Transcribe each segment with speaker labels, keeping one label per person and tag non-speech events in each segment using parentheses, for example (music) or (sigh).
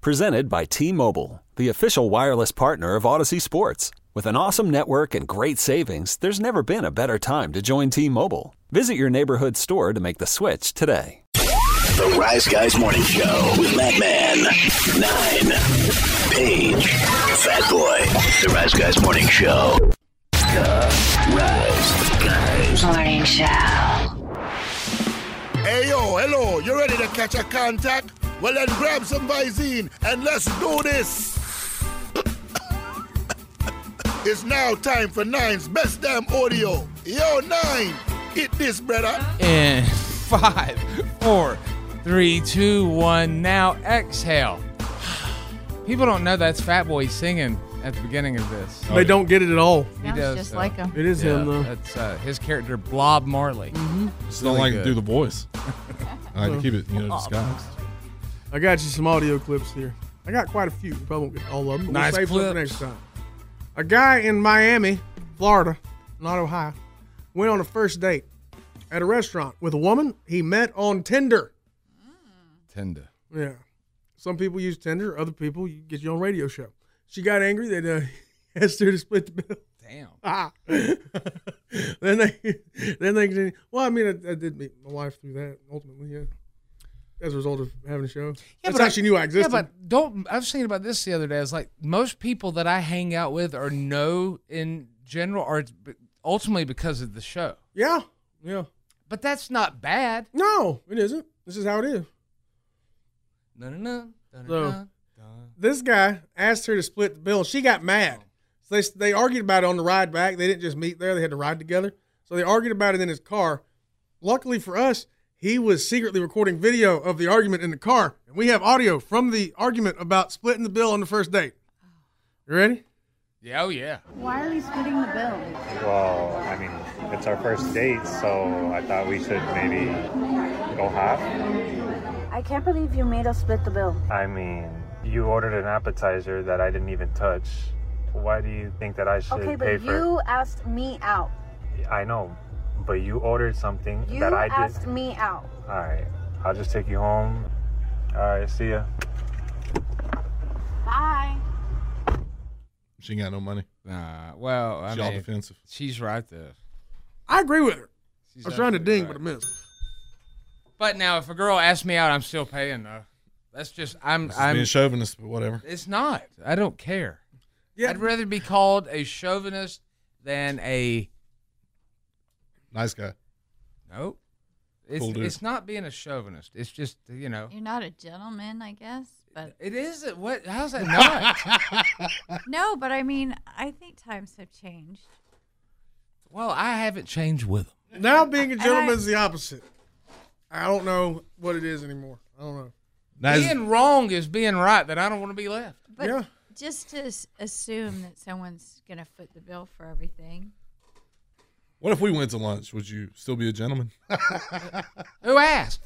Speaker 1: Presented by T Mobile, the official wireless partner of Odyssey Sports. With an awesome network and great savings, there's never been a better time to join T Mobile. Visit your neighborhood store to make the switch today.
Speaker 2: The Rise Guys Morning Show with Matt Man, Nine, Page, Fat Boy. The Rise Guys Morning Show. The Rise Guys.
Speaker 3: Morning Show.
Speaker 4: Hey yo, hello, you ready to catch a contact? Well then grab some Visine and let's do this. it's now time for Nine's best damn audio. Yo, Nine, hit this, brother.
Speaker 5: In five, four, three, two, one. Now exhale. People don't know that's Fat Boy singing at the beginning of this.
Speaker 6: They don't get it at all.
Speaker 5: He
Speaker 7: Sounds
Speaker 5: does,
Speaker 7: just
Speaker 5: uh,
Speaker 7: like him.
Speaker 6: It is him though.
Speaker 5: That's uh, his character, Blob Marley.
Speaker 7: Mm-hmm.
Speaker 8: Just don't
Speaker 5: Really
Speaker 8: like to
Speaker 5: good.
Speaker 8: do the voice. (laughs) I had to keep it, you know, disguised.
Speaker 6: I got you some audio clips here. I got quite a few. We Probably won't get all of them. But
Speaker 5: Nice
Speaker 6: we'll save some for
Speaker 5: clips.
Speaker 6: next time. A guy in Miami, Florida, not Ohio, went on a first date at a restaurant with a woman he met on Tinder.
Speaker 8: Tender.
Speaker 6: Yeah. Some people use Tinder. Other people, you get your own radio show. She got angry that uh, (laughs) he asked her to split the bill.
Speaker 5: Damn.
Speaker 6: Ah. (laughs) then they, then they, continue- well, I mean, I, I did meet my wife through that ultimately, yeah. As a result of having a show, that's how she knew I existed.
Speaker 5: Yeah, but don't. I was thinking about this the other day. I was like, most people that I hang out with or know in general are ultimately because of the show.
Speaker 6: yeah, yeah.
Speaker 5: But that's not bad.
Speaker 6: No, it isn't. This is how it is.
Speaker 5: No, no, no. no, no,
Speaker 6: No.
Speaker 5: no.
Speaker 6: This guy asked her to split the bill. She got mad. So they, they argued about it on the ride back. They didn't just meet there, they had to ride together. So they argued about it in his car. Luckily for us, he was secretly recording video of the argument in the car. And we have audio from the argument about splitting the bill on the first date. You ready?
Speaker 5: Yeah, oh yeah.
Speaker 7: Why are we splitting the bill?
Speaker 9: Well, I mean, it's our first date, so I thought we should maybe go half.
Speaker 7: I can't believe you made us split the bill.
Speaker 9: I mean, you ordered an appetizer that I didn't even touch. Why do you think that I should
Speaker 7: Okay,
Speaker 9: pay
Speaker 7: but
Speaker 9: for?
Speaker 7: you asked me out.
Speaker 9: I know, but you ordered something
Speaker 7: You
Speaker 9: that I
Speaker 7: asked
Speaker 9: did.
Speaker 7: me out.
Speaker 9: All right, I'll just take you home. All right, see ya.
Speaker 7: Bye.
Speaker 8: She ain't got no money.
Speaker 5: Nah. Well, I
Speaker 8: She all
Speaker 5: mean,
Speaker 8: defensive.
Speaker 5: she's right there.
Speaker 6: I agree with her.
Speaker 5: She's
Speaker 6: I was trying to
Speaker 5: absolutely
Speaker 6: ding,
Speaker 5: right.
Speaker 6: but I missed.
Speaker 5: But now, if a girl asks me out, I'm still paying though. That's just I'm.
Speaker 8: She's
Speaker 5: I'm.
Speaker 8: being chauvinist, but whatever.
Speaker 5: it's not. I don't care.
Speaker 6: Yeah,
Speaker 5: I'd rather be called a chauvinist than a
Speaker 8: Nice
Speaker 5: (laughs)
Speaker 8: guy.
Speaker 5: nope. It's,
Speaker 8: Cool dude.
Speaker 5: it's not being a chauvinist. It's just you know.
Speaker 10: You're not a gentleman, I guess. But
Speaker 5: It is. a- What? How's that
Speaker 10: (laughs)
Speaker 5: not?
Speaker 10: no, but I mean, I think times have changed.
Speaker 5: well, I haven't changed with them.
Speaker 6: now being a
Speaker 10: And
Speaker 6: gentleman
Speaker 10: I-
Speaker 6: is the opposite. I don't know what it is anymore. I don't know.
Speaker 8: Now, is-
Speaker 5: being wrong is being right. Then I don't want to be left.
Speaker 10: But
Speaker 6: Yeah.
Speaker 10: just to s- assume that someone's gonna foot the bill for everything.
Speaker 8: what if we went to lunch? Would you still be a gentleman? (laughs)
Speaker 5: Who asked?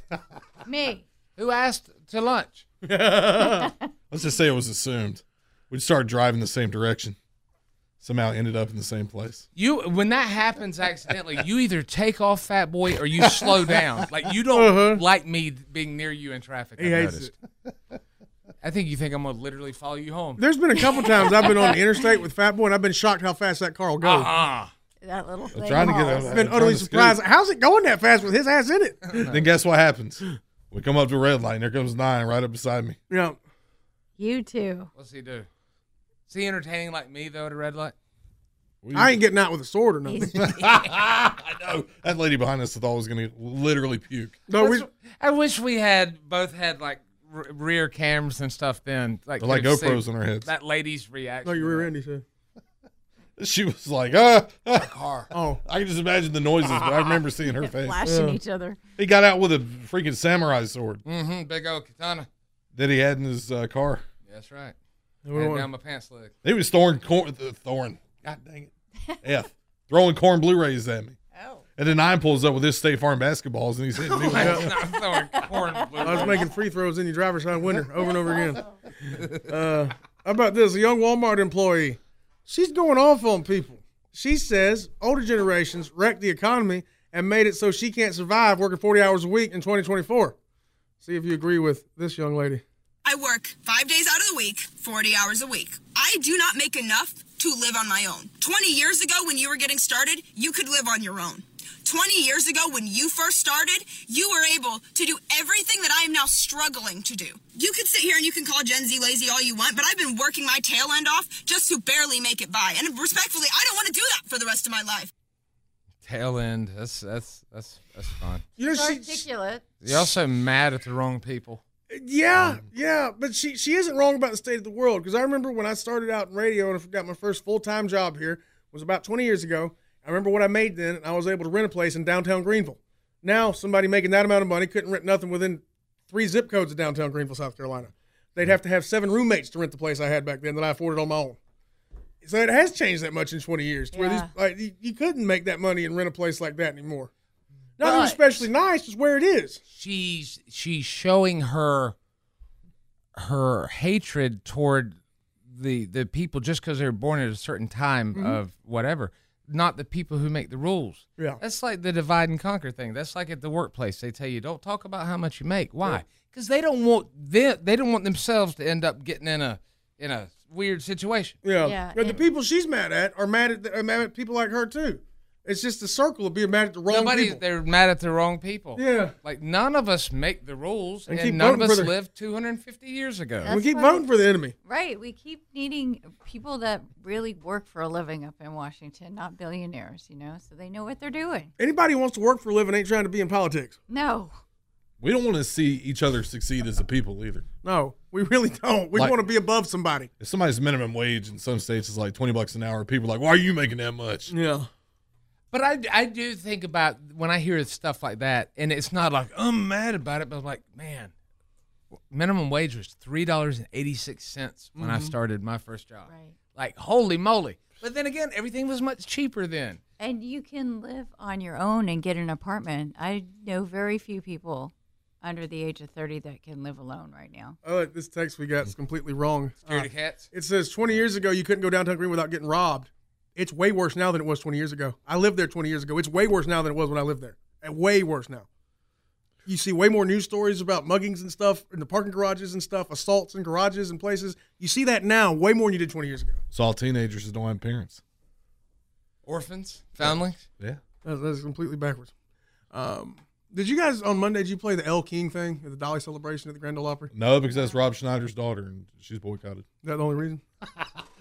Speaker 10: Me.
Speaker 5: Who asked to lunch?
Speaker 8: Let's just say it was assumed. We'd start driving the same direction. Somehow ended up in the same place.
Speaker 5: You when that happens accidentally, you either take off Fat Boy or you
Speaker 6: (laughs)
Speaker 5: slow down. Like you don't
Speaker 6: Uh-huh.
Speaker 5: like me being near you in traffic.
Speaker 6: He
Speaker 5: I've
Speaker 6: hates
Speaker 5: noticed.
Speaker 6: it.
Speaker 5: I think you think I'm gonna literally follow you home.
Speaker 6: There's been a couple times I've been on the interstate with Fat Boy, and I've been shocked how fast that car will go.
Speaker 5: Uh-uh.
Speaker 10: That little thing.
Speaker 8: I'm trying
Speaker 5: oh,
Speaker 8: to get
Speaker 10: hauls.
Speaker 8: out of
Speaker 6: I've been utterly
Speaker 8: trying to
Speaker 6: surprised.
Speaker 8: scoot.
Speaker 6: How's it going that fast with his ass in it? Yeah,
Speaker 8: (laughs) Then guess what happens? We come up to a red light, and there comes nine right up beside me.
Speaker 10: You too.
Speaker 5: What's he do? Is he entertaining like me though at a red light?
Speaker 8: What do you-
Speaker 6: I ain't getting out with a sword or nothing.
Speaker 8: I know that lady behind us thought I was gonna literally puke.
Speaker 6: No, we,
Speaker 5: That's- I wish we had both had like r- rear cameras and stuff. Then like
Speaker 8: They're like
Speaker 5: could've seen
Speaker 8: GoPros on our heads.
Speaker 5: That lady's reaction.
Speaker 6: no, you rear end, he said.
Speaker 8: She was like, ah, ah." (laughs)
Speaker 6: Oh,
Speaker 8: I can just imagine the noises, but I remember seeing her face.
Speaker 10: Flashing each other.
Speaker 8: He got out with a freaking samurai sword
Speaker 5: Mm-hmm. Big old katana.
Speaker 8: that he had in his uh, car.
Speaker 5: That's right.
Speaker 6: We
Speaker 5: Hand
Speaker 6: want-
Speaker 5: down my pants leg.
Speaker 8: They was throwing corn, th- throwing, god dang
Speaker 5: (laughs)
Speaker 8: it, F, throwing corn Blu-rays at me.
Speaker 10: Oh.
Speaker 8: And then nine pulls up with his State Farm basketballs and he's hitting me. with
Speaker 6: Oh, Yeah.
Speaker 8: that.
Speaker 6: I was making free throws in your driver's side window over and over again. Uh, how about this? A young Walmart employee, she's going off on people. She says older generations wrecked the economy and made it so she can't survive working 40 hours a week in 2024. See if you agree with this young lady.
Speaker 3: I work five days out of the week, 40 hours a week. I do not make enough to live on my own. 20 years ago, when you were getting started, you could live on your own. 20 years ago, when you first started, you were able to do everything that I am now struggling to do. You could sit here and you can call Gen Z lazy all you want, but I've been working my tail end off just to barely make it by. And respectfully, I don't want to do that for the rest of my life.
Speaker 5: Tail end. That's that's that's that's fine.
Speaker 6: You know, she,
Speaker 10: Articulate.
Speaker 5: You're also mad at the wrong people.
Speaker 6: Yeah, yeah, but she she isn't wrong about the state of the world because I remember when I started out in radio and I got my first full time job here was about 20 years ago. I remember what I made then, and I was able to rent a place in downtown Greenville. Now somebody making that amount of money couldn't rent nothing within three zip codes of downtown Greenville, South Carolina. They'd have to have seven roommates to rent the place I had back then that I afforded on my own. So it has changed that much in 20 years. To where these,
Speaker 10: Yeah.
Speaker 6: like, you, you couldn't make that money and rent a place like that anymore. Nothing
Speaker 5: But-
Speaker 6: especially nice, just where it is.
Speaker 5: She's she's showing her her hatred toward the the people just because they were born at a certain time
Speaker 6: Mhm.
Speaker 5: of whatever, not the people who make the rules.
Speaker 6: Yeah.
Speaker 5: That's like the divide and conquer thing. That's like at the workplace. They tell you don't talk about how much you make. Why? Because they don't want them, they don't want themselves to end up getting in a in a weird situation.
Speaker 6: Yeah. But the people she's mad at are mad at, the, are mad at people like her too. It's just the circle of being mad at the wrong
Speaker 5: Nobody,
Speaker 6: people.
Speaker 5: they're mad at the wrong people.
Speaker 6: Yeah.
Speaker 5: Like none of us make the rules,
Speaker 6: And
Speaker 5: and,
Speaker 6: keep
Speaker 5: none of
Speaker 6: voting for
Speaker 5: us
Speaker 6: the-
Speaker 5: lived 250 years ago.
Speaker 10: That's
Speaker 6: we keep
Speaker 10: why-
Speaker 6: voting for the enemy.
Speaker 10: Right. We keep needing people that really work for a living up in Washington, not billionaires, you know, so they know what they're doing.
Speaker 6: Anybody who wants to work for a living ain't trying to be in politics.
Speaker 10: No.
Speaker 8: we don't want to see each other succeed as a people either.
Speaker 6: No, we really don't. We
Speaker 8: Like-
Speaker 6: want to be above somebody.
Speaker 8: If somebody's minimum wage in some states is like twenty bucks an hour, people are like, "Why are you making that much?"
Speaker 6: Yeah.
Speaker 5: But I, I do think about when I hear stuff like that, and it's not like I'm mad about it, but I'm like, man, minimum wage was three dollars and eighty six cents when I
Speaker 10: Mhm.
Speaker 5: started my first job.
Speaker 10: Right.
Speaker 5: Like, holy moly! But then again, everything was much cheaper then.
Speaker 10: And you can live on your own and get an apartment. I know very few people under the age of 30 that can live alone right now.
Speaker 6: I like Oh, this text we got is completely wrong.
Speaker 5: Scaredy
Speaker 6: Uh,
Speaker 5: cats.
Speaker 6: It says 20 years ago you couldn't go downtown Green without getting robbed. It's way worse now than it was 20 years ago. I lived there 20 years ago. It's way worse now than it was when I lived there. And way worse now. You see way more news stories about muggings and stuff in the parking garages and stuff, assaults in garages and places. You see that now way more than you did 20 years ago.
Speaker 8: It's all teenagers that don't have parents.
Speaker 5: Orphans, foundlings.
Speaker 8: Yeah.
Speaker 6: That's, that's completely backwards. Um, did you guys on Monday? Did you play the El King thing at the Dolly celebration at the Grand Ole Opry? Is
Speaker 8: No, because that's Rob Schneider's daughter, and she's boycotted.
Speaker 6: that the only reason?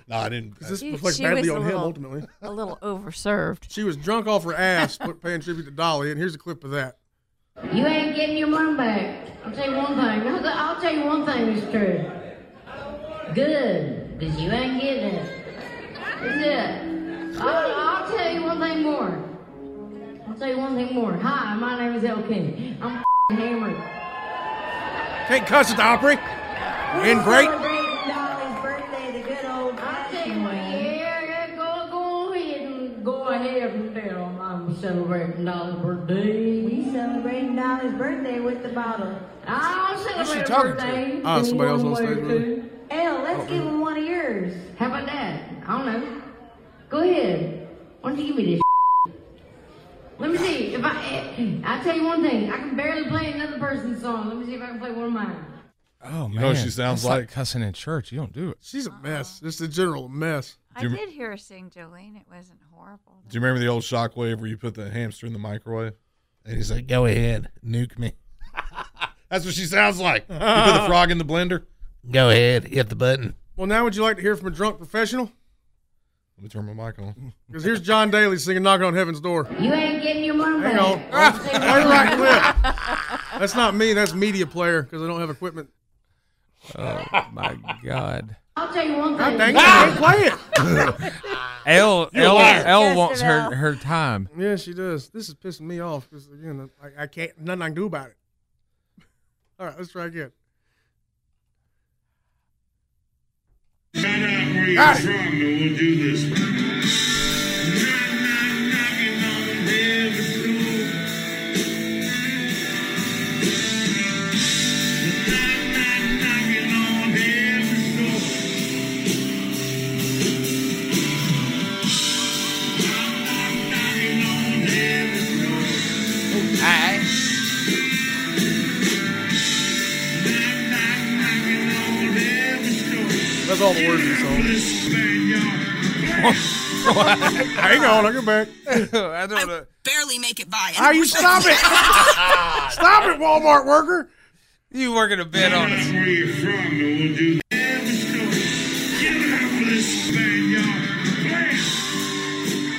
Speaker 8: No, I didn't.
Speaker 6: Because this
Speaker 10: She-
Speaker 6: reflects
Speaker 10: she
Speaker 6: badly
Speaker 10: was a
Speaker 6: on him
Speaker 10: little-
Speaker 6: ultimately.
Speaker 10: (laughs) A little overserved.
Speaker 6: She was drunk off her ass, but paying tribute to Dolly. And here's a clip of that.
Speaker 11: You ain't getting your money back. I'll tell you one thing. I'll, I'll tell you one thing is true. Good, because you ain't getting it. That's it. I'll, I'll tell you one thing more. I'll tell you one thing more. Hi, my name is El King. I'm f***ing hammered.
Speaker 6: Can't cuss at the Opry. In great.
Speaker 11: Yeah, yeah, go, go ahead and go ahead and tell them I'm celebrating Dolly's birthday. We celebrating Dolly's birthday with the bottle. I'll
Speaker 6: Who's she
Speaker 11: celebrate her
Speaker 6: talking to?
Speaker 11: birthday.
Speaker 6: Ah,
Speaker 11: in
Speaker 6: somebody else
Speaker 11: one
Speaker 6: on
Speaker 11: way or
Speaker 6: stage with
Speaker 11: two. Elle, let's give him one of yours. How about that? I don't know. Go ahead. Why don't you give me this? Let me see. If I, I tell you one thing, I can barely play another person's song. Let me see if I can play one of mine.
Speaker 5: Oh
Speaker 8: You know what she sounds
Speaker 5: that's like,
Speaker 8: like?
Speaker 5: cussing in church. You don't do it.
Speaker 6: She's a mess. Just a general mess.
Speaker 10: I
Speaker 8: Do you-
Speaker 10: did hear her sing Jolene. It wasn't horrible.
Speaker 8: Do you remember the old shockwave where you put the hamster in the microwave? And he's like, go ahead, nuke me. That's what she sounds like. You put
Speaker 5: (laughs)
Speaker 8: the frog in the blender? Go ahead, hit the button.
Speaker 6: Well, now would you like to hear from a drunk professional?
Speaker 8: Let me turn my mic on.
Speaker 6: Because here's John Daly singing "Knock on Heaven's Door."
Speaker 11: You ain't getting your money
Speaker 6: Hang
Speaker 11: back.
Speaker 6: (laughs) on.
Speaker 11: I'll tell you one thing.
Speaker 6: Play right
Speaker 11: (laughs)
Speaker 6: clip. That's not me. That's media player because I don't have equipment.
Speaker 5: Oh my God.
Speaker 11: I'll tell you one thing.
Speaker 6: God dang
Speaker 11: (laughs)
Speaker 6: it! I can't play it.
Speaker 5: L
Speaker 6: You're a
Speaker 5: L
Speaker 6: liar.
Speaker 5: L
Speaker 6: Yes,
Speaker 5: wants
Speaker 6: it
Speaker 5: her
Speaker 6: will.
Speaker 5: her time.
Speaker 6: Yeah, she does. This is pissing me off because again, I, I can't. Nothing I can do (laughs) about it. All right, let's try again.
Speaker 12: where you're
Speaker 6: Got it.
Speaker 12: from, and we'll do this. Knock, knock, knocking on heaven's door. Knock, knock, knocking on heaven's door. Knock, knock, knocking on heaven's door. Knock, knock, knocking on heaven's door.
Speaker 6: (laughs) That's all the words in the song.
Speaker 8: (laughs)
Speaker 6: Hang on, I'll get back.
Speaker 5: (laughs) I don't know.
Speaker 3: Barely make it by.
Speaker 6: Are you stop it? stop it, Walmart worker.
Speaker 5: You working a bit on us.
Speaker 12: Where you from, and we'll do this. Give it up for this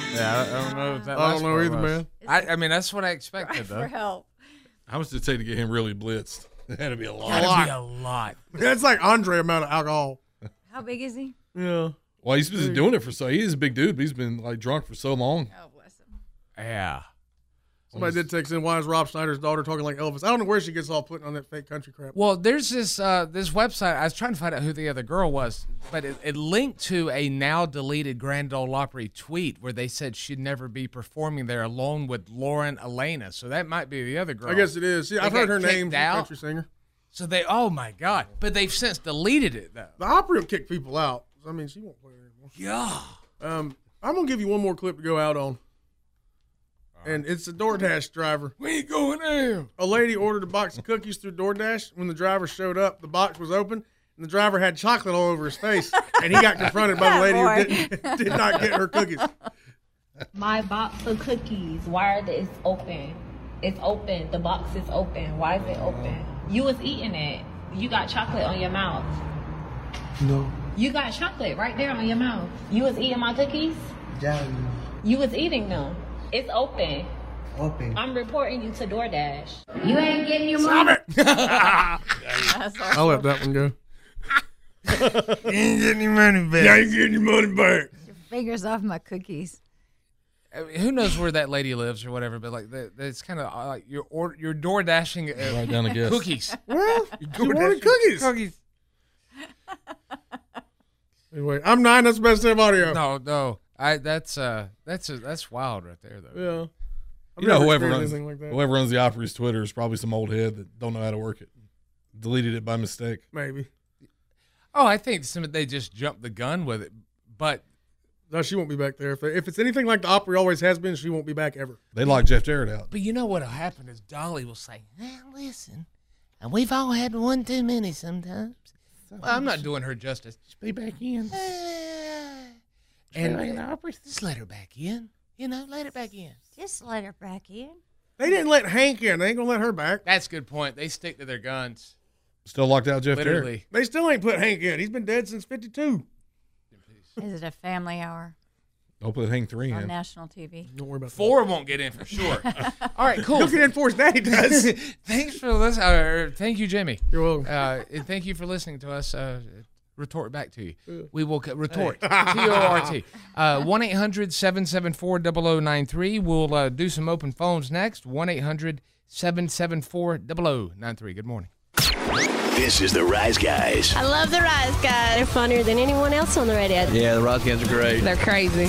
Speaker 12: Spaniard.
Speaker 5: Yeah, I don't know if that.
Speaker 6: I don't know either, man.
Speaker 5: I, I mean, that's what I expected, though.
Speaker 10: help.
Speaker 8: How much did it take to get him really blitzed? (laughs) It had to be a lot.
Speaker 6: Gotta be a
Speaker 5: lot.
Speaker 6: That's (laughs) like Andre amount of alcohol.
Speaker 10: How big is he?
Speaker 6: Yeah.
Speaker 8: Well, he's been doing it for so. He's a big dude, but he's been like drunk for so long.
Speaker 6: Oh.
Speaker 5: Yeah.
Speaker 6: Somebody did text in why is Rob Snyder's daughter talking like Elvis? I don't know where she gets off putting on that fake country crap.
Speaker 5: Well, there's this uh, this website. I was trying to find out who the other girl was, but it, it linked to a now deleted Grand Ole Opry tweet where they said she'd never be performing there alone with Lauren Elena. So that might be the other girl.
Speaker 6: I guess it is. Yeah,
Speaker 5: They
Speaker 6: I've heard
Speaker 5: got
Speaker 6: her name
Speaker 5: kicked
Speaker 6: from
Speaker 5: out.
Speaker 6: country singer.
Speaker 5: So they, oh my god! But they've since deleted it though.
Speaker 6: The opera will kick people out. I mean, she won't play there anymore.
Speaker 5: Yeah.
Speaker 6: Um, I'm gonna give you one more clip to go out on, and it's a DoorDash driver.
Speaker 5: We ain't going out.
Speaker 6: A lady ordered a box of cookies through DoorDash. When the driver showed up, the box was open, and the driver had chocolate all over his face, and he (laughs) got confronted by the lady who did, did not get her cookies.
Speaker 13: My box of cookies. Why are they, it's open? It's open. The box is open. Why is it open? You was eating it. You got chocolate on your mouth.
Speaker 14: No.
Speaker 13: You got chocolate right there on your mouth. You was eating my cookies.
Speaker 14: Down.
Speaker 13: You was eating them. It's open.
Speaker 14: Open.
Speaker 13: I'm reporting you to DoorDash. You ain't getting your
Speaker 6: Stop
Speaker 13: money.
Speaker 6: I'll let that one go.
Speaker 5: you ain't getting your money back.
Speaker 6: You ain't getting your money back.
Speaker 10: Fingers off my cookies.
Speaker 5: I mean, who knows where that lady lives or whatever, but like that, it's kind of uh, like you're or, you're door dashing uh,
Speaker 8: Write down a guess.
Speaker 5: cookies.
Speaker 6: Well, you wanted (laughs) cookies.
Speaker 5: Cookies.
Speaker 6: Anyway, I'm nine. That's the best damn audio.
Speaker 5: No, no, I that's uh that's uh that's wild right there though.
Speaker 6: Yeah. I've
Speaker 8: You know,
Speaker 6: never
Speaker 8: whoever
Speaker 6: experienced
Speaker 8: runs,
Speaker 6: anything like that.
Speaker 8: whoever runs the Opry's Twitter is probably some old head that don't know how to work it. Deleted it by mistake.
Speaker 6: Maybe.
Speaker 5: Oh, I think some they just jumped the gun with it, but
Speaker 6: No, she won't be back there. If, if it's anything like the Opry always has been, she won't be back ever.
Speaker 8: They locked Jeff Jarrett out.
Speaker 5: but you know what'll happen is Dolly will say, "Now listen," and we've all had one too many sometimes. Well, I'm not doing her justice.
Speaker 8: Be back in.
Speaker 5: And
Speaker 8: like an opera
Speaker 5: just let her back in. You know, let her back in.
Speaker 10: Just let her back in.
Speaker 6: They didn't let Hank in. They ain't gonna let her back.
Speaker 5: That's a good point. They stick to their guns.
Speaker 8: Still locked out Jeff Jarrett.
Speaker 5: Literally.
Speaker 6: They still ain't put Hank in. He's been dead since '52.
Speaker 10: Is it a family hour
Speaker 8: Hopefully, they hang
Speaker 15: Oh,
Speaker 8: three
Speaker 10: on
Speaker 8: in.
Speaker 10: national TV?
Speaker 6: Don't worry about
Speaker 5: Four won't get in
Speaker 8: (laughs)
Speaker 5: for sure. All right, cool.
Speaker 6: He'll get in for his daddy does.
Speaker 5: Thanks for listening. Uh, thank you, Jimmy.
Speaker 6: You're welcome.
Speaker 5: Uh, and thank you for listening to us. Uh, retort back to you. We will co- retort. T O R T. Uh, 1 800 774 0093. We'll uh, do some open phones next. 1 800 774 0093. Good morning.
Speaker 2: This is the Rise Guys.
Speaker 16: I love the Rise Guys. They're funnier than anyone else on the radio.
Speaker 2: Yeah, the Rise Guys are great.
Speaker 16: They're crazy.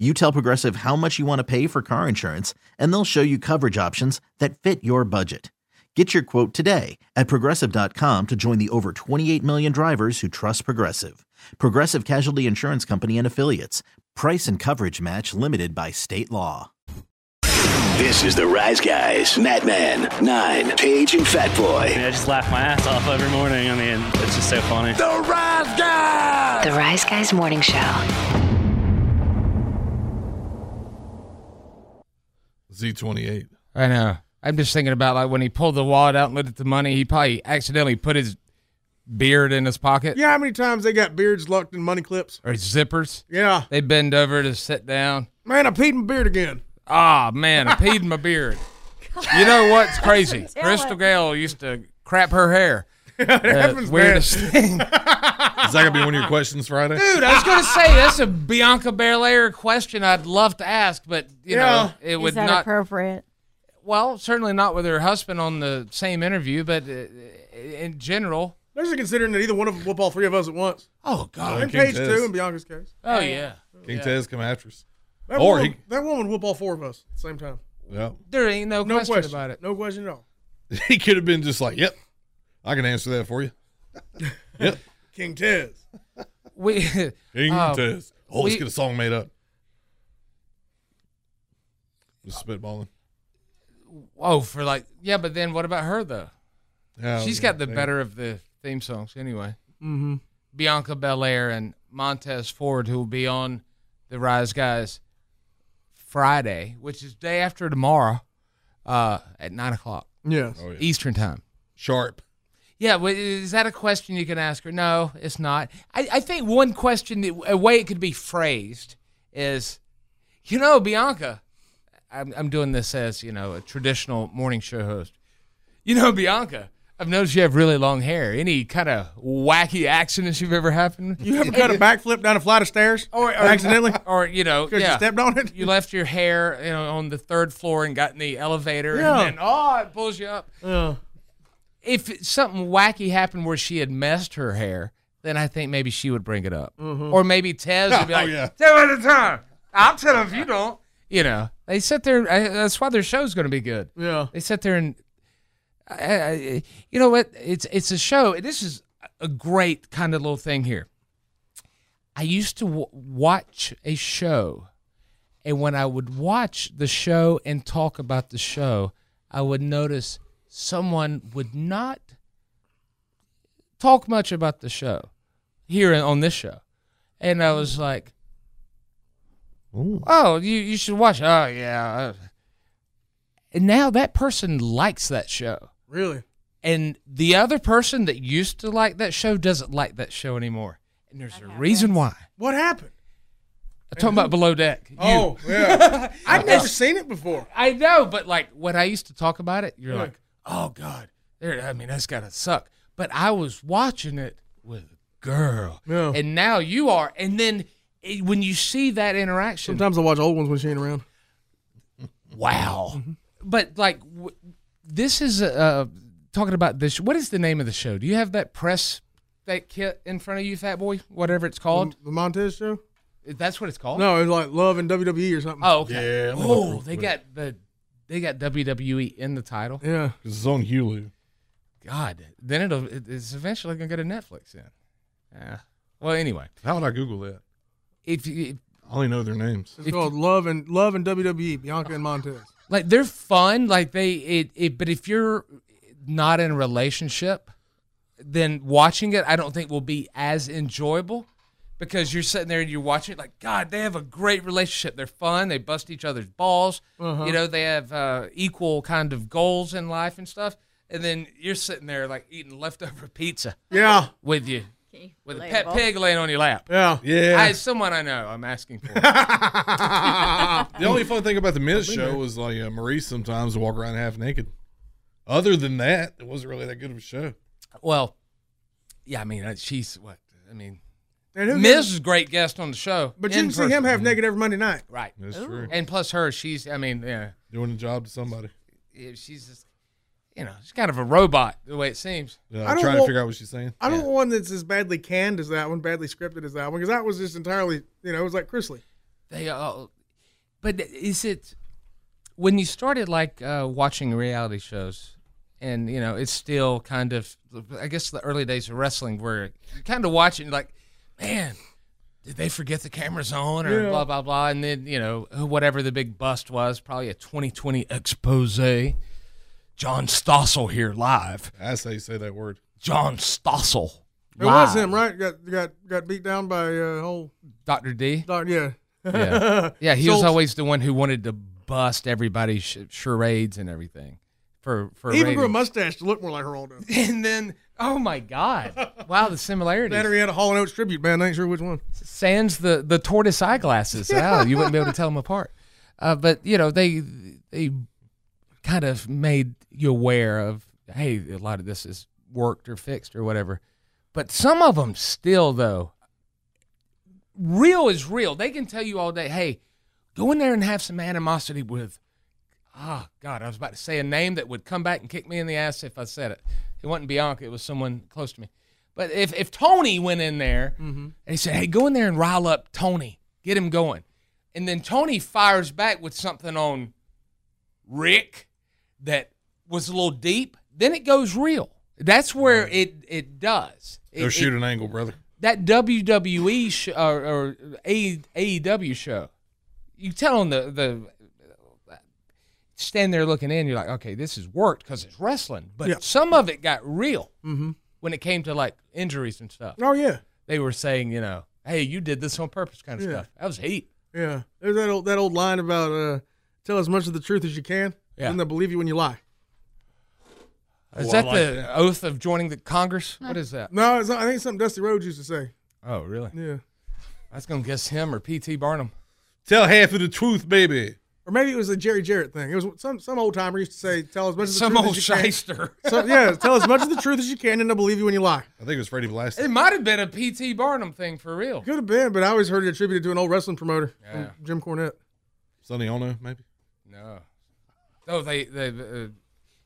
Speaker 17: You tell Progressive how much you want to pay for car insurance, and they'll show you coverage options that fit your budget. Get your quote today at progressive.com to join the over 28 million drivers who trust Progressive. Progressive Casualty Insurance Company and Affiliates. Price and coverage match limited by state law.
Speaker 2: This is the Rise Guys, Madman, Nine, Page, and Fat Boy.
Speaker 18: I just laugh my ass off every morning. I mean, it's just so funny.
Speaker 2: The Rise Guys!
Speaker 19: The Rise Guys Morning Show.
Speaker 8: Z28.
Speaker 5: I know. I'm just thinking about like when he pulled the wallet out and looked at the money, he probably accidentally put his beard in his pocket
Speaker 6: Yeah, how many times they got beards locked in money clips?
Speaker 5: or his zippers.
Speaker 6: Yeah.
Speaker 5: They bend over to sit down.
Speaker 6: Man, I peed my beard again. (laughs)
Speaker 5: Ah, man, I peed in my beard. You know what's crazy? Crystal Gale used to crap her hair. Uh,
Speaker 8: happens, man.
Speaker 5: weirdest (laughs) thing.
Speaker 8: Is that gonna be one of your questions Friday?
Speaker 5: Dude, I was going to say that's a Bianca Belair question I'd love to ask, but you know, it
Speaker 10: Is
Speaker 5: would
Speaker 10: that
Speaker 5: not
Speaker 10: appropriate?
Speaker 5: Well, certainly not with her husband on the same interview, but uh, in general.
Speaker 6: There's a considering that either one of them whoop all three of us at once.
Speaker 5: Oh God.
Speaker 6: And
Speaker 8: King
Speaker 6: page
Speaker 8: Tez.
Speaker 6: two in Bianca's case.
Speaker 5: Oh, yeah.
Speaker 8: King Tez come after us.
Speaker 6: That
Speaker 8: or
Speaker 6: woman,
Speaker 8: he,
Speaker 6: that woman would whoop all four of us at the same time.
Speaker 8: yeah,
Speaker 5: There ain't no,
Speaker 6: No
Speaker 5: question,
Speaker 6: question.
Speaker 5: about it.
Speaker 6: No question at all.
Speaker 8: (laughs) he could have been just like, "Yep, I can answer that for you." (laughs) yep,
Speaker 6: King Tez.
Speaker 5: We (laughs)
Speaker 8: King
Speaker 5: uh,
Speaker 8: Tez. Oh,
Speaker 5: we-
Speaker 8: let's get a song made up. Just spitballing.
Speaker 5: Oh, for like yeah, but then what about her though?
Speaker 8: Yeah,
Speaker 5: She's
Speaker 8: yeah,
Speaker 5: got the
Speaker 8: they-
Speaker 5: better of the theme songs anyway.
Speaker 6: Mm-hmm.
Speaker 5: Bianca Belair and Montez Ford, who will be on the Rise Guys Friday, which is day after tomorrow, uh, at nine o'clock.
Speaker 6: (laughs) Yes.
Speaker 8: Oh, yeah.
Speaker 5: Eastern time.
Speaker 8: Sharp.
Speaker 5: Yeah, well, is that a question you can ask her? No, it's not. I, I think one question, that, a way it could be phrased is, you know, Bianca, I'm, I'm doing this as, you know, a traditional morning show host. You know, Bianca, I've noticed you have really long hair. Any kind of wacky accidents you've ever happened?
Speaker 6: You ever cut a backflip down a flight of stairs
Speaker 5: Or, or- (laughs)
Speaker 6: accidentally?
Speaker 5: Or, Oh, you know,
Speaker 6: 'Cause you
Speaker 5: yeah.
Speaker 6: stepped on
Speaker 5: (laughs)
Speaker 6: it?
Speaker 5: You left your hair, you know, on the third floor and got in the elevator.
Speaker 6: Yeah.
Speaker 5: And then, oh, it pulls you up
Speaker 6: Yeah.
Speaker 5: if it- something wacky happened where she had messed her hair, then I think maybe she would bring it up, or maybe Tez would be
Speaker 8: Oh,
Speaker 5: like,
Speaker 8: yeah.
Speaker 5: "Tell her the time. I'll tell her if you don't." You know, they sit there. I, that's why their show's going to be good.
Speaker 6: Yeah.
Speaker 5: They sit there and, I, I, I- you know what? It's it's a show. This is a great kind of little thing here. I used to w- watch a show, and when I would watch the show and talk about the show, I would notice someone would not talk much about the show here on this show, and I was like, "Oh, you you should watch." Oh yeah, and now that person likes that show,
Speaker 6: Really?
Speaker 5: and the other person that used to like that show doesn't like that show anymore, and there's a reason why.
Speaker 6: What happened?
Speaker 5: I'm talking about below deck. You.
Speaker 6: Oh,
Speaker 5: (laughs)
Speaker 6: yeah. (laughs) I've never seen it before.
Speaker 5: I know, but like when I used to talk about it, you're like, oh God, there. I mean, that's gotta suck. But I was watching it with a girl,
Speaker 6: Yeah.
Speaker 5: and now you are. And then it, when you see that interaction,
Speaker 6: Sometimes I watch old ones when she ain't around.
Speaker 5: wow. Mm-hmm. But like, w- this is uh, talking about this. What is the name of the show? Do you have that press that kit in front of you, Fat Boy? Whatever it's
Speaker 8: Mm.
Speaker 5: called.
Speaker 6: The Montez show?
Speaker 5: That's what it's called.
Speaker 6: No, it was like Love and WWE or something.
Speaker 5: Oh, okay.
Speaker 8: Yeah, I'm gonna look
Speaker 5: oh,
Speaker 8: real
Speaker 5: they
Speaker 8: quick.
Speaker 5: got the they got WWE in the title.
Speaker 6: Yeah.
Speaker 8: 'Cause It's on Hulu.
Speaker 5: God, then it'll it- it's eventually gonna go to Netflix. Then. Yeah. Well, anyway,
Speaker 8: How would I Google that?
Speaker 5: if you
Speaker 8: I only know their names.
Speaker 6: It's called Love and Love and WWE, Bianca and Montez.
Speaker 5: like, they're fun. Like they it, it but if you're not in a relationship, then watching it I don't think will be as enjoyable because you're sitting there and you're watching it like God, they have a great relationship. They're fun. They bust each other's balls.
Speaker 6: Uh-huh.
Speaker 5: You know, they have uh, equal kind of goals in life and stuff. And then you're sitting there like eating leftover pizza
Speaker 6: Yeah.
Speaker 5: with you. With a pet pig laying on your lap.
Speaker 6: Yeah.
Speaker 8: Yeah.
Speaker 5: I, someone I know. I'm asking for. it.
Speaker 8: the only fun thing about the men's show was like uh, Maurice sometimes would walk around half naked. Other than that, it wasn't really that good of a show.
Speaker 5: well, yeah. I mean, uh, she's what? I mean,
Speaker 6: And who
Speaker 5: Miz
Speaker 6: gives-
Speaker 5: is a great guest on the show.
Speaker 6: But you
Speaker 5: in
Speaker 6: can see him
Speaker 5: person.
Speaker 6: have naked every Monday night.
Speaker 5: Right.
Speaker 8: That's Ooh. true.
Speaker 5: And plus her, she's, I mean, yeah.
Speaker 8: Doing a job to somebody.
Speaker 5: Yeah, she's just, you know, she's kind of a robot the way it seems.
Speaker 8: Yeah,
Speaker 6: I
Speaker 8: I'm
Speaker 6: don't
Speaker 8: Uh, trying to
Speaker 6: want-
Speaker 8: figure out what she's saying.
Speaker 6: I don't want one that's as badly canned as that one, badly scripted as that one, because that was just entirely, you know, it was like Chrisley.
Speaker 5: They all, but is it when you started like uh, watching reality shows, and you know, it's still kind of, I guess, the early days of wrestling where you kind of watching like, man, did they forget the cameras on or
Speaker 6: Yeah.
Speaker 5: blah blah blah, and then you know whatever the big bust was, probably a 2020 expose. John Stossel here live.
Speaker 8: That's how you say that word.
Speaker 5: John Stossel.
Speaker 6: It was him, right? Got got got beat down by uh, whole
Speaker 5: Doctor D.
Speaker 6: doc, yeah.
Speaker 5: yeah, (laughs) yeah. He was
Speaker 6: Schultz.
Speaker 5: always the one who wanted to bust everybody's sh- charades and everything for for
Speaker 6: He even
Speaker 5: ratings.
Speaker 6: grew a mustache to look more like Geraldo.
Speaker 5: (laughs) and then, oh my
Speaker 6: (laughs)
Speaker 5: God, wow, the similarities.
Speaker 6: Better he had a Hall and Oates tribute band. I ain't sure which one.
Speaker 5: Sans the the tortoise
Speaker 6: (laughs)
Speaker 5: eyeglasses. Wow, you wouldn't be able to tell them apart. Uh, but you know they they kind of made you aware of hey, a lot of this is worked or fixed or whatever. But some of them still though, real is real. They can tell you all day, hey, go in there and have some animosity with. Ah, God, I was about to say a name that would come back and kick me in the ass if I said it. It wasn't Bianca; it was someone close to me. But if if Tony went in there and he said, "Hey, go in there and rile up Tony, get him going," and then Tony fires back with something on Rick that was a little deep, then it goes real. That's where it it does. It,
Speaker 8: Go
Speaker 5: it-
Speaker 8: shoot an angle, brother.
Speaker 5: that WWE sh- or, or A- AEW show, you tell them the the stand there looking in, you're like, okay, this has worked because it's wrestling, but
Speaker 6: Yeah.
Speaker 5: some of it got real
Speaker 6: Mm-hmm.
Speaker 5: when it came to like injuries and stuff.
Speaker 6: Oh yeah,
Speaker 5: They were saying, you know, hey, you did this on purpose, kind of
Speaker 6: Yeah.
Speaker 5: stuff. That was heat.
Speaker 6: yeah. There's that old that old line about uh, tell as much of the truth as you can,
Speaker 5: Yeah.
Speaker 6: and they'll believe you when you lie.
Speaker 5: Is
Speaker 6: Oh, I
Speaker 5: that
Speaker 6: like
Speaker 5: the
Speaker 6: that.
Speaker 5: oath of joining the Congress? What is that?
Speaker 6: No, it's not, I think it's something Dusty Rhodes used to say.
Speaker 5: Oh, really?
Speaker 6: Yeah.
Speaker 5: I was gonna guess him or P.T. Barnum.
Speaker 8: Tell half of the truth, baby.
Speaker 6: Or maybe it was a Jerry Jarrett thing. It was some some old timer used to say, "Tell as much of the
Speaker 5: Some
Speaker 6: truth
Speaker 5: old
Speaker 6: as you can."
Speaker 5: shyster. (laughs)
Speaker 6: So, yeah, tell as much of the truth as you can, and they'll believe you when you lie.
Speaker 8: I think it was Freddie Blasted.
Speaker 5: It might have been a P.T. Barnum thing for real.
Speaker 6: Could have been, but I always heard it attributed to an old wrestling promoter,
Speaker 5: Yeah.
Speaker 6: Jim Cornette.
Speaker 8: Sonny Ono, maybe.
Speaker 5: No. No, they they uh,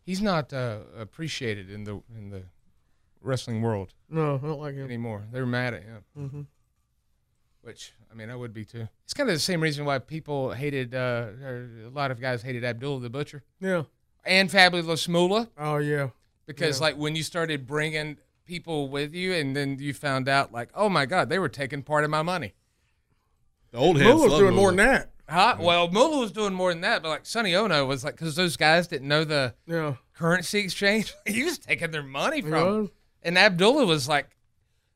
Speaker 5: he's not uh, appreciated in the in the wrestling world
Speaker 6: No, I don't like him.
Speaker 5: anymore. They're mad at him.
Speaker 6: Mhm.
Speaker 5: Which I mean, I would be too. It's kind of the same reason why people hated uh, or a lot of guys hated Abdullah the Butcher
Speaker 6: Yeah.
Speaker 5: and Fabulous Moolah
Speaker 6: Oh yeah.
Speaker 5: because
Speaker 6: Yeah.
Speaker 5: like when you started bringing people with you and then you found out like, "Oh my god, they were taking part of my money."
Speaker 8: The old heads.
Speaker 6: Moolah's
Speaker 8: love
Speaker 6: doing more
Speaker 8: Moolah.
Speaker 6: than that.
Speaker 5: Huh? Well, Moolah was doing more than that, but like Sonny Ono was like, because those guys didn't know the
Speaker 6: Yeah.
Speaker 5: currency exchange. (laughs) he was taking their money from.
Speaker 6: Yeah.
Speaker 5: them. And Abdullah was like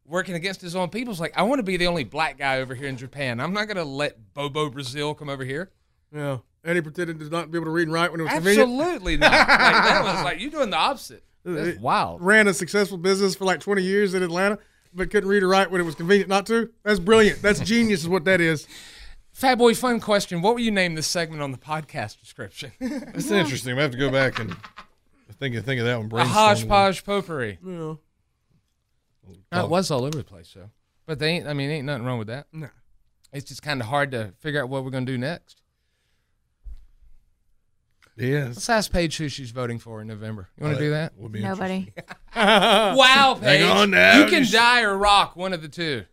Speaker 5: working against his own people. He's like, I want to be the only black guy over here in Japan. I'm not going to let Bobo Brazil come over here.
Speaker 6: Yeah. And he pretended to not be able to read and write when it was convenient.
Speaker 5: Absolutely (laughs) not. Like, that was like, you're doing the opposite. That's
Speaker 6: It
Speaker 5: wild.
Speaker 6: Ran a successful business for like 20 years in Atlanta, but couldn't read or write when it was convenient not to. That's brilliant. That's genius, is what that is.
Speaker 5: Fat boy, fun question. What will you name this segment on the podcast description? (laughs)
Speaker 8: That's interesting. We have to go back and think think of that one.
Speaker 5: A
Speaker 8: brainstorm
Speaker 5: hodgepodge potpourri.
Speaker 6: Yeah.
Speaker 5: No, it was all over the place, though. But they ain't. I mean, ain't nothing wrong with that.
Speaker 6: No.
Speaker 5: It's just kind of hard to figure out what we're gonna do next.
Speaker 8: Yeah.
Speaker 5: Let's ask Paige who she's voting for in November. You want
Speaker 8: Oh,
Speaker 5: to do that?
Speaker 8: would be
Speaker 10: Nobody.
Speaker 5: wow, Paige.
Speaker 8: Hang on now.
Speaker 5: You can
Speaker 8: Just-
Speaker 5: die or rock one of the two.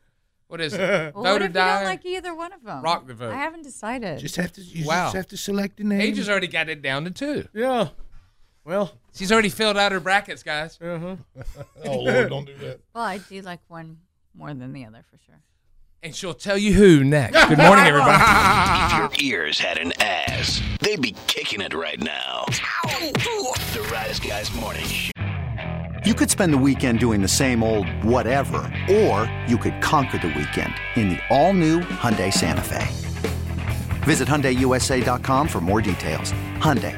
Speaker 5: What
Speaker 6: (laughs)
Speaker 5: is it?
Speaker 10: Well,
Speaker 5: vote
Speaker 10: what
Speaker 5: or
Speaker 10: if you don't
Speaker 5: die?
Speaker 10: like either one of them?
Speaker 5: Rock the vote.
Speaker 10: I haven't decided.
Speaker 8: Just have to. You
Speaker 5: Wow.
Speaker 8: Just have to select the name.
Speaker 5: Paige has already got it down to two.
Speaker 6: Yeah. Well,
Speaker 5: She's already filled out her brackets, guys.
Speaker 6: uh-huh.
Speaker 8: oh Lord, don't do that.
Speaker 10: Well, I do like one more than the other for sure.
Speaker 5: And she'll tell you who next. Good morning,
Speaker 6: (laughs)
Speaker 5: everybody.
Speaker 2: If your ears had an ass, they'd be kicking it right now. The Rise Guys Morning Show.
Speaker 20: You could spend the weekend doing the same old whatever, or you could conquer the weekend in the all-new Hyundai Santa Fe. Visit HyundaiUSA.com for more details. Hyundai,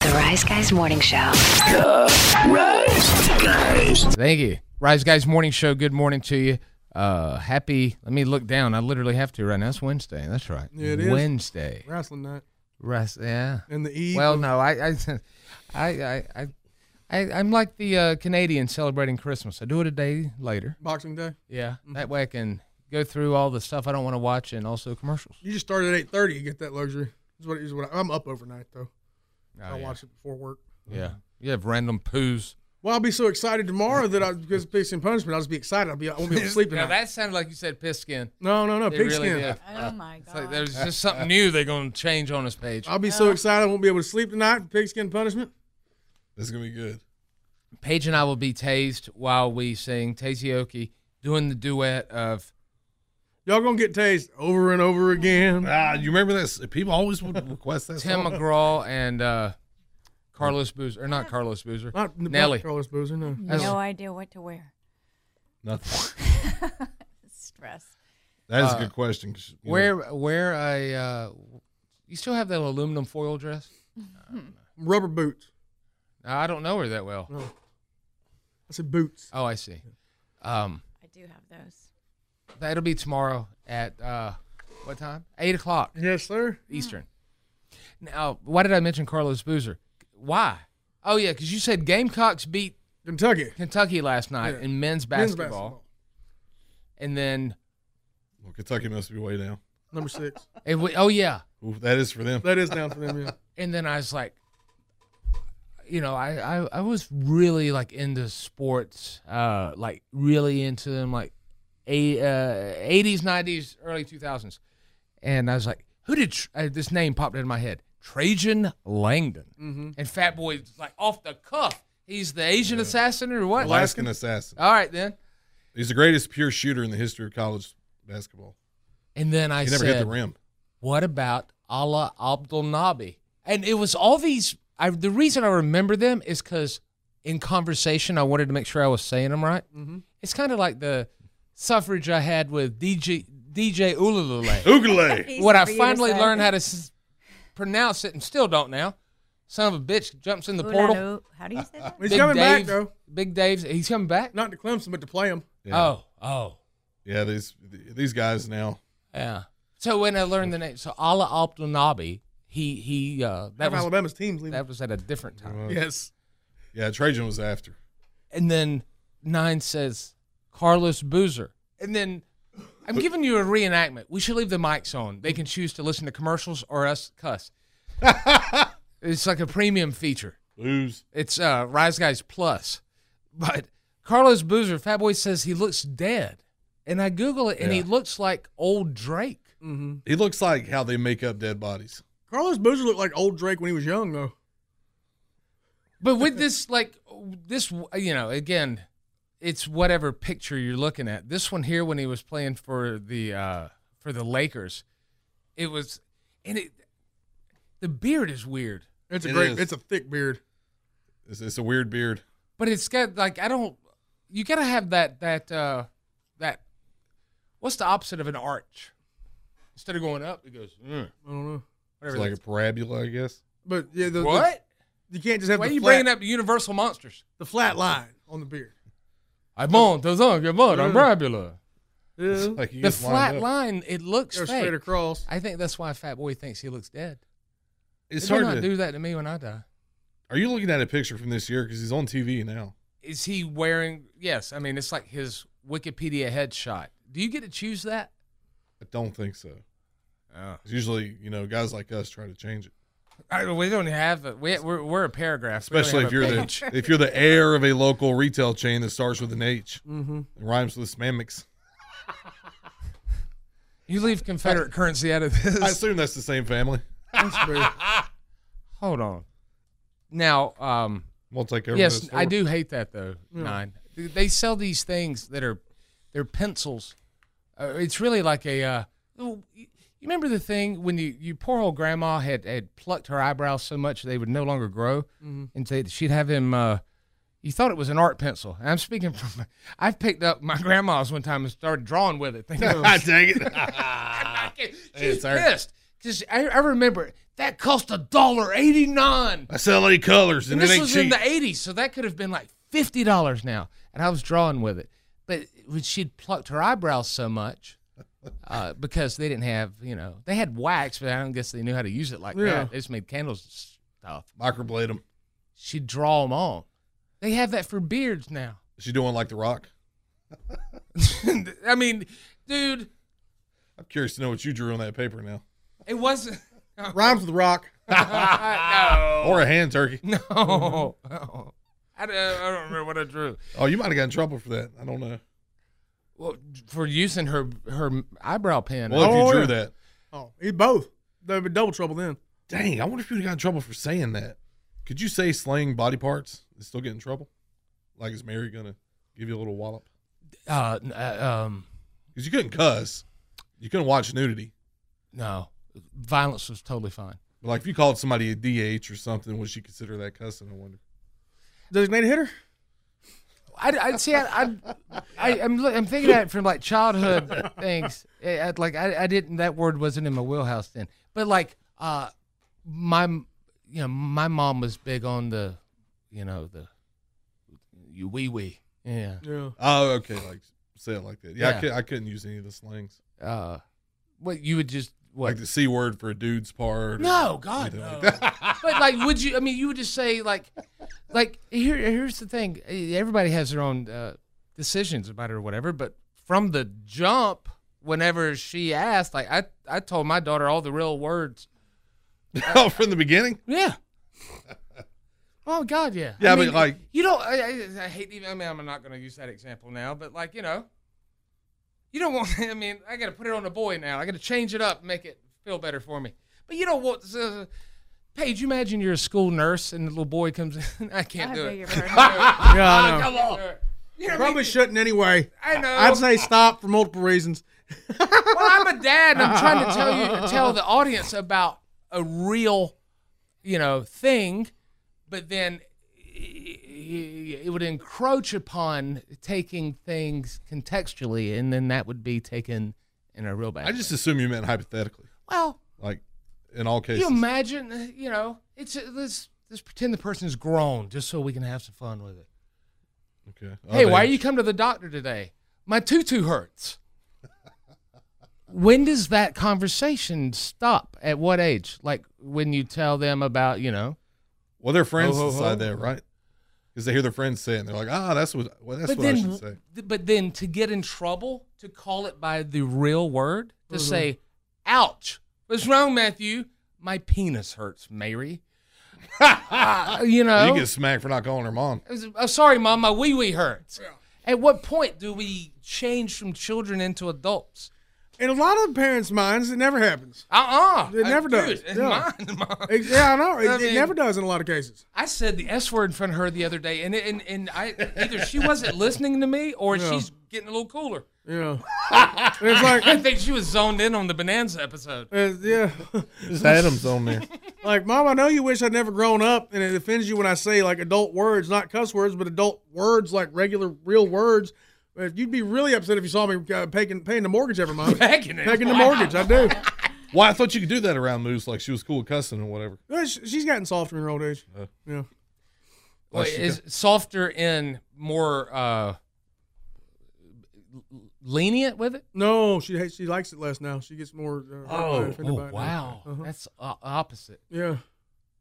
Speaker 21: The Rise Guys Morning Show.
Speaker 2: Rise Guys.
Speaker 5: Thank you. Rise Guys Morning Show. Good morning to you. Uh, happy. Let me look down. I literally have to right now. It's Wednesday. That's right.
Speaker 6: Yeah, it is.
Speaker 5: Wednesday.
Speaker 6: Wrestling night.
Speaker 5: Rest. Yeah.
Speaker 6: And the E eve
Speaker 5: Well,
Speaker 6: of-
Speaker 5: no, I, (laughs) I, I, I, I, I I'm like the uh, Canadian celebrating Christmas. I do it a day later.
Speaker 6: Boxing Day.
Speaker 5: Yeah. That way I can go through all the stuff I don't want to watch and also commercials.
Speaker 6: You just start at eight thirty. You get that luxury. Is what, is what I, am up overnight though. I will
Speaker 5: Oh, yeah.
Speaker 6: watch it before work. Mm-hmm.
Speaker 5: Yeah. You have random poos.
Speaker 6: Well, I'll be so excited tomorrow that I because of Pigskin Punishment, I'll just be excited. I'll be I won't
Speaker 5: (laughs)
Speaker 6: be able to sleep
Speaker 5: Now
Speaker 6: tonight.
Speaker 5: that sounded like you said piss skin.
Speaker 6: No, no, no,
Speaker 5: It
Speaker 6: pigskin.
Speaker 5: really did. Uh,
Speaker 10: Oh my god.
Speaker 5: It's like there's (laughs) just something new they're gonna change on this page.
Speaker 6: I'll be so excited I won't be able to sleep tonight. for Pigskin Punishment.
Speaker 8: This is gonna be good.
Speaker 5: Paige and I will be tased while we sing Tazeoki doing the duet of
Speaker 6: Y'all gonna get tased over and over again.
Speaker 8: Ah, you remember this? People always would request that.
Speaker 5: Tim
Speaker 8: song.
Speaker 5: McGraw and uh, Carlos Boozer, or not Carlos Boozer,
Speaker 6: Not, not
Speaker 5: Nelly.
Speaker 6: Carlos Boozer. No.
Speaker 5: That's-
Speaker 10: Uh, no idea what to wear.
Speaker 8: Nothing.
Speaker 19: (laughs)
Speaker 10: Stress.
Speaker 8: That is
Speaker 5: Uh,
Speaker 8: a good question. 'cause, you know,
Speaker 5: Wear wear a. Uh, you still have that aluminum foil dress?
Speaker 6: Rubber boots.
Speaker 5: I don't know her that well.
Speaker 6: No. I said boots.
Speaker 5: Oh, I see. Um,
Speaker 10: I do have those.
Speaker 5: that'll be tomorrow at uh, what time? Eight o'clock
Speaker 6: Yes, sir.
Speaker 10: Mm-hmm.
Speaker 5: Eastern. Now, why did I mention Carlos Boozer? Why? Oh yeah, because you said Gamecocks beat
Speaker 6: Kentucky.
Speaker 5: Kentucky last night
Speaker 6: Yeah.
Speaker 5: in men's
Speaker 6: Men's
Speaker 5: basketball, and then
Speaker 8: well, Kentucky must be way down.
Speaker 6: Number six.
Speaker 5: it wa- oh yeah,
Speaker 8: Ooh, that is for them.
Speaker 6: That is down for them. Yeah.
Speaker 5: and then I was like, you know, I I, I was really like into sports, uh, like really into them, like uh, eighties, nineties, early two thousands, and I was like, who did Tr- uh, this name popped into my head? Trajan Langdon,
Speaker 8: Mm-hmm.
Speaker 5: and Fat Boy's like off the cuff. He's the Asian assassin or what?
Speaker 8: Alaskan assassin.
Speaker 5: All right then.
Speaker 8: He's the greatest pure shooter in the history of college basketball.
Speaker 5: And then I
Speaker 8: he never
Speaker 5: said,
Speaker 8: hit the rim.
Speaker 5: what about Allah Abdul Nabi? And it was all these. I, the reason I remember them is because in conversation, I wanted to make sure I was saying them right.
Speaker 6: Mm-hmm.
Speaker 5: It's kind of like the suffrage I had with DJ DJ
Speaker 10: (laughs)
Speaker 5: Ululule. (laughs)
Speaker 8: Oogale.
Speaker 5: when I
Speaker 10: Easy for you to
Speaker 5: finally
Speaker 10: say.
Speaker 5: learned how to s- pronounce it, and still don't now. Son of a bitch jumps in the
Speaker 10: Ooh, la
Speaker 5: portal.
Speaker 10: loo. How do you say that?
Speaker 6: He's
Speaker 5: Big
Speaker 6: coming back
Speaker 5: Dave-
Speaker 6: though.
Speaker 5: Big Dave's. He's coming back.
Speaker 6: Not to Clemson, but to play him.
Speaker 8: Yeah.
Speaker 5: Oh, oh,
Speaker 8: Yeah, these these guys now.
Speaker 5: yeah. So when I learned the name, so Allah Abdul Nabi, he he uh, that
Speaker 6: Half
Speaker 5: was
Speaker 6: Alabama's team's leaving.
Speaker 5: that was at a different time.
Speaker 6: yes.
Speaker 8: uh, Yeah, Trajan was after.
Speaker 5: and then nine says Carlos Boozer, and then I'm giving you a reenactment. We should leave the mics on. They can choose to listen to commercials or us cuss. it's like a premium feature.
Speaker 8: Lose.
Speaker 5: It's uh, Rise Guys Plus, but Carlos Boozer, Fatboy says he looks dead, and I Google it, and he
Speaker 8: Yeah.
Speaker 5: looks like old Drake.
Speaker 8: He looks like how they make up dead bodies.
Speaker 6: Carlos Boozer looked like old Drake when he was young though.
Speaker 5: But with this, like this, you know, again, it's whatever picture you're looking at. This one here, when he was playing for the uh, for the Lakers, it was, and it, the beard is weird,
Speaker 6: It's a
Speaker 8: It
Speaker 6: great.
Speaker 8: is.
Speaker 6: It's a thick beard.
Speaker 8: It's, it's a weird beard.
Speaker 5: but it's got like I don't, you gotta have that that uh, that, what's the opposite of an arch? Instead of going up, it goes mm,
Speaker 6: I don't know.
Speaker 8: It's
Speaker 5: whatever.
Speaker 8: like a
Speaker 5: that's-
Speaker 8: parabola, I guess. (laughs)
Speaker 6: But yeah, the, the-
Speaker 5: What?
Speaker 6: you can't just have
Speaker 5: Why
Speaker 6: the
Speaker 5: you
Speaker 6: flat,
Speaker 5: bringing up Universal monsters?
Speaker 6: the flat line on
Speaker 5: (laughs)
Speaker 6: the beard.
Speaker 5: I bon, those on, good bon, I'm Brabula.
Speaker 6: Yeah.
Speaker 5: the flat line, it looks
Speaker 6: Or
Speaker 5: fake. (laughs)
Speaker 6: straight across.
Speaker 5: I think that's why Fat Boy thinks he looks dead.
Speaker 8: It's
Speaker 5: they do
Speaker 8: hard
Speaker 5: not
Speaker 8: to-
Speaker 5: do that to me when I die.
Speaker 8: Are you looking at a picture from this year? Because he's on TV now.
Speaker 5: Is he wearing? Yes, I mean it's like his Wikipedia headshot. Do you get to choose that?
Speaker 8: I don't think so. It's usually, you know, guys like us try to change it.
Speaker 5: I, we don't have. A, we, we're we're a paragraph, We don't
Speaker 8: Especially if
Speaker 5: have
Speaker 8: you're
Speaker 5: a
Speaker 8: the
Speaker 5: page.
Speaker 8: if you're the heir of a local retail chain that starts with an H
Speaker 5: Mhm.
Speaker 8: and rhymes with Smamix.
Speaker 5: You leave Confederate currency out of this.
Speaker 8: I assume that's the same family.
Speaker 5: Hold on. Now, um,
Speaker 8: we'll take care of
Speaker 5: Yes,
Speaker 8: this (laughs)
Speaker 5: I
Speaker 8: forward.
Speaker 5: do hate that though.
Speaker 8: Yeah.
Speaker 5: Nine. They sell these things that are, they're pencils. Uh, it's really like a. Uh, you remember the thing when you, you poor old grandma had had plucked her eyebrows so much they would no longer grow,
Speaker 6: Mhm.
Speaker 5: and they, she'd have him. Uh, you thought it was an art pencil. I'm speaking from. (laughs) I've picked up my grandma's one time and started drawing with it.
Speaker 8: (laughs)
Speaker 5: Thinking, oh,
Speaker 8: Dang it.
Speaker 5: (laughs) She's
Speaker 8: It's hurt.
Speaker 5: pissed because I, I remember that cost a dollar eighty nine.
Speaker 8: I sell any colors and,
Speaker 5: And this
Speaker 8: it ain't
Speaker 5: was
Speaker 8: cheap.
Speaker 5: in the 80s, so that could have been like $50 now. And I was drawing with it. But when she'd plucked her eyebrows
Speaker 8: (laughs)
Speaker 5: so much, uh, because they didn't have, you know, they had wax, but I don't guess they knew how to use it like
Speaker 8: Yeah.
Speaker 5: that. They just made candles and stuff.
Speaker 8: Microblade them.
Speaker 5: She'd draw them on. They have that for beards now. (laughs)
Speaker 8: Is she doing like The Rock?
Speaker 5: I mean, dude,
Speaker 8: I'm curious to know what you drew on that paper now.
Speaker 5: it wasn't. (laughs)
Speaker 6: Rhymes with rock.
Speaker 5: no.
Speaker 8: Or a hand turkey. (laughs)
Speaker 5: No. Oh,
Speaker 8: Mm-hmm.
Speaker 5: oh. I, don't, I don't remember what I drew.
Speaker 8: Oh, you might have got in trouble for that. I don't know.
Speaker 5: Well, for using her her eyebrow pen.
Speaker 8: Well, if you
Speaker 5: Oh,
Speaker 8: drew
Speaker 5: yeah.
Speaker 8: that.
Speaker 6: Oh, he both. They would be double trouble then.
Speaker 8: Dang, I wonder if you'd have got in trouble for saying that. Could you say slaying body parts and still get in trouble? Like, is Mary going to give you a little wallop?
Speaker 5: Uh, n- uh, um,
Speaker 8: Because you couldn't cuss. You couldn't watch nudity.
Speaker 5: No. Violence was totally fine.
Speaker 8: But, like, if you called somebody a DH or something, would she consider that cussing? I wonder.
Speaker 6: Designated hitter?
Speaker 5: I, I see. I, I, I I'm, look- I'm thinking at it from like childhood things. Eh, I'd like I, I didn't that word wasn't in my wheelhouse then. But like uh, my m- you know my mom was big on the you know the you wee wee. Yeah.
Speaker 6: Yeah.
Speaker 8: Oh, okay. Like, say it like that. Yeah,
Speaker 5: Yeah.
Speaker 8: I, could, I couldn't use any of the slangs.
Speaker 5: Uh, what you would just what?
Speaker 8: Like the C word for a dude's part. or
Speaker 5: No, God,
Speaker 8: anything
Speaker 5: no.
Speaker 8: like that.
Speaker 5: (laughs) but like, would you? I mean, you would just say like, like here, here's the thing. Everybody has their own uh, decisions about it or whatever. But from the jump, whenever she asked, like I, I told my daughter all the real words.
Speaker 8: (laughs) Oh, from the beginning?
Speaker 5: Yeah. (laughs) Oh God, yeah.
Speaker 8: Yeah,
Speaker 5: I
Speaker 8: but
Speaker 5: mean,
Speaker 8: like-
Speaker 5: you don't. I, I, I hate even. I mean, I'm not going to use that example now, but like you know, you don't want. (laughs) I mean, I got to put it on the boy now. I got to change it up, make it feel better for me. But you don't want. Uh, Paige, you imagine you're a school nurse and the little boy comes in. (laughs) I can't
Speaker 6: I
Speaker 5: do
Speaker 6: beg
Speaker 5: it.
Speaker 6: your pardon.
Speaker 5: I
Speaker 6: Yeah, I know.
Speaker 5: Ah, Come on. You know what I
Speaker 6: Probably
Speaker 5: mean?
Speaker 6: shouldn't anyway.
Speaker 5: I know.
Speaker 6: I'd say stop for multiple reasons.
Speaker 5: well, I'm a dad, and I'm trying to tell you, tell the audience about a real, you know, thing, but then it would encroach upon taking things contextually, and then that would be taken in a real bad.
Speaker 8: I just assume you meant hypothetically.
Speaker 5: Well,
Speaker 8: Like, in all
Speaker 5: way.
Speaker 8: cases.
Speaker 5: you imagine, uh, you know, it's uh, let's let's pretend the person's grown just so we can have some fun with it.
Speaker 8: Okay. Oh,
Speaker 5: hey, why you come to the doctor today? My tutu hurts. when does that conversation stop? At what age? Like when you tell them about, you know.
Speaker 8: Well, their friends
Speaker 5: Ho, ho,
Speaker 8: decide
Speaker 5: ho.
Speaker 8: that, right? Because they hear their friends say it, and they're like, ah, that's what, well, that's
Speaker 5: but
Speaker 8: what
Speaker 5: then,
Speaker 8: I should say.
Speaker 5: th- but then to get in trouble, to call it by the real word, to
Speaker 8: Mhm.
Speaker 5: say, "Ouch, what's wrong, Matthew? My penis hurts, Mary." Uh, (laughs) you know.
Speaker 8: You get smacked for not calling her mom.
Speaker 5: It was, oh, sorry, mom, my wee wee hurts. At what point do we change from children into adults?
Speaker 6: In a lot of parents' minds, it never happens.
Speaker 5: Uh-uh.
Speaker 6: It never
Speaker 5: Uh,
Speaker 6: does.
Speaker 5: dude, in
Speaker 6: yeah.
Speaker 5: mine,
Speaker 6: It- yeah, I know. It,
Speaker 5: (laughs) I
Speaker 6: it
Speaker 5: mean-
Speaker 6: never does in a lot of cases.
Speaker 5: I said the S word in front of her the other day, and and, and I either she wasn't listening to me or
Speaker 6: Yeah.
Speaker 5: she's getting a little cooler. (laughs)
Speaker 6: Yeah.
Speaker 5: It's
Speaker 6: like-
Speaker 5: I think she was zoned in on the Bonanza episode.
Speaker 6: Uh, yeah. (laughs)
Speaker 8: Just Adam's on
Speaker 5: (laughs)
Speaker 8: there.
Speaker 6: Like, Mom, I know you wish I'd never grown up, and it offends you when I say like adult words, not cuss words, but adult words like regular, real words.
Speaker 5: (laughs)
Speaker 6: But You'd be really upset if you saw me uh, paying, paying the mortgage every month.
Speaker 5: Paying it. (laughs)
Speaker 6: the mortgage. I do.
Speaker 8: Well, I thought you could do that around Moose, like she was cool with cussing and whatever.
Speaker 6: Well, sh- She's gotten softer in her old age.
Speaker 5: Uh.
Speaker 6: yeah.
Speaker 5: Well, is softer in more uh, lenient with it?
Speaker 6: No, she hates, she likes it less now. She gets more. Uh, hurt by
Speaker 5: Oh,
Speaker 6: it, offended
Speaker 5: oh,
Speaker 6: by it now.
Speaker 5: wow.
Speaker 6: Uh-huh.
Speaker 5: That's uh, opposite.
Speaker 6: Yeah.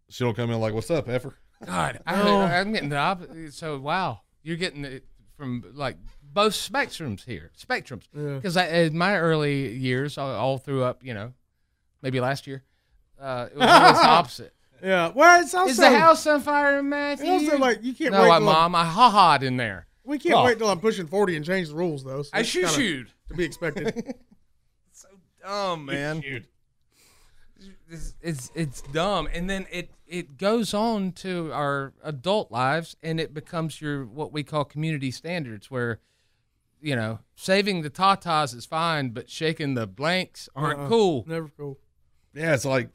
Speaker 8: She don't come in like, "What's up, effer?"
Speaker 5: God, I,
Speaker 6: No.
Speaker 5: I'm getting the opposite. So wow, you're getting it from like both spectrums here, spectrums.
Speaker 6: Yeah.
Speaker 5: Because in my early years, all, all through up, you know, maybe last year, uh, it was always
Speaker 6: (laughs)
Speaker 5: the opposite.
Speaker 6: Yeah. Well, it's also
Speaker 5: Is the house on fire, Matthew?
Speaker 6: It's also like you can't
Speaker 5: no,
Speaker 6: wait.
Speaker 5: I-
Speaker 6: till
Speaker 5: mom, I ha ha'd in there.
Speaker 6: We can't
Speaker 5: Well,
Speaker 6: wait till I'm pushing forty and change the rules though. So
Speaker 5: Oh. I
Speaker 6: that's kinda
Speaker 5: shoo-shooed.
Speaker 6: to
Speaker 5: (laughs)
Speaker 6: be expected.
Speaker 5: Oh man, It's, it's it's dumb, and then it it goes on to our adult lives, and it becomes your what we call community standards, where you know saving the tatas is fine, but shaking the blanks aren't
Speaker 8: Uh-uh.
Speaker 5: cool.
Speaker 6: Never cool.
Speaker 8: Yeah, it's like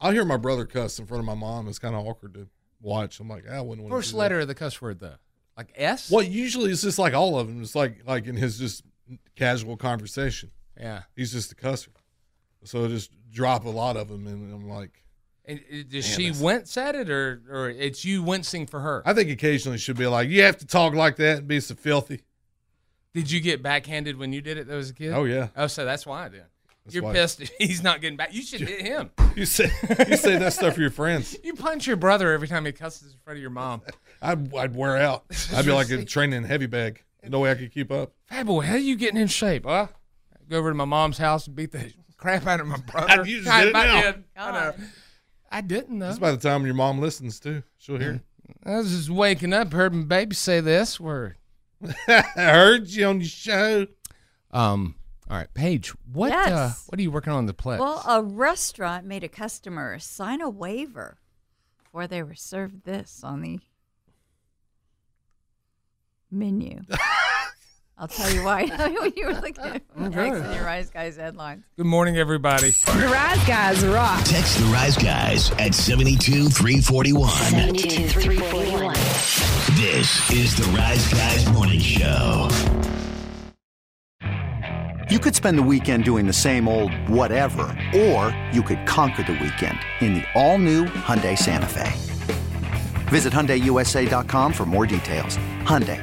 Speaker 8: I'll hear my brother cuss in front of my mom. It's kind of awkward to watch. I'm like, I wouldn't want
Speaker 5: First letter of the cuss word though, like S.
Speaker 8: Well, usually it's just like all of them. It's like like in his just casual conversation.
Speaker 5: Yeah.
Speaker 8: he's just a cusser, so just drop a lot of them, and I'm like,
Speaker 5: And, and does
Speaker 8: Man,
Speaker 5: she
Speaker 8: that's-
Speaker 5: wince at it, or or it's you wincing for her?
Speaker 8: I think occasionally she'll be like, you have to talk like that and be so filthy.
Speaker 5: Did you get backhanded when you did it though as a kid?
Speaker 8: Oh, yeah.
Speaker 5: Oh, so that's why then.
Speaker 8: That's
Speaker 5: You're
Speaker 8: why.
Speaker 5: pissed (laughs) he's not getting back. You should hit him.
Speaker 8: You say (laughs) you say that stuff for your friends.
Speaker 5: You punch your brother every time he cusses in front of
Speaker 8: (laughs)
Speaker 5: your mom.
Speaker 8: I'd, I'd wear out. I'd be like a training heavy bag. No way I could keep up.
Speaker 5: Hey boy, how you getting in shape? Huh? Go over to my mom's house and beat the (laughs) crap out of my brother.
Speaker 8: You just
Speaker 5: I,
Speaker 8: did it
Speaker 5: I
Speaker 8: now.
Speaker 5: did. I know. I didn't though.
Speaker 8: That's by the time your mom listens too. She'll hear. it.
Speaker 5: I was just waking up, heard my baby say this word.
Speaker 8: I heard you on your show.
Speaker 5: Um. All right, Paige. What uh,
Speaker 10: Yes.
Speaker 5: What are you working on the play?
Speaker 10: Well, uh, a restaurant made a customer sign a waiver before they were served this on the menu. I'll tell you why. (laughs) you were looking at X in your eyes, guys, headlines.
Speaker 5: Good morning, everybody.
Speaker 2: The
Speaker 10: Rise Guys rock.
Speaker 2: Text the Rise Guys at 72341.
Speaker 3: 72341.
Speaker 2: This is the Rise Guys Morning Show.
Speaker 20: You could spend the weekend doing the same old whatever, or you could conquer the weekend in the all-new Hyundai Santa Fe. Visit HyundaiUSA.com for more details. Hyundai,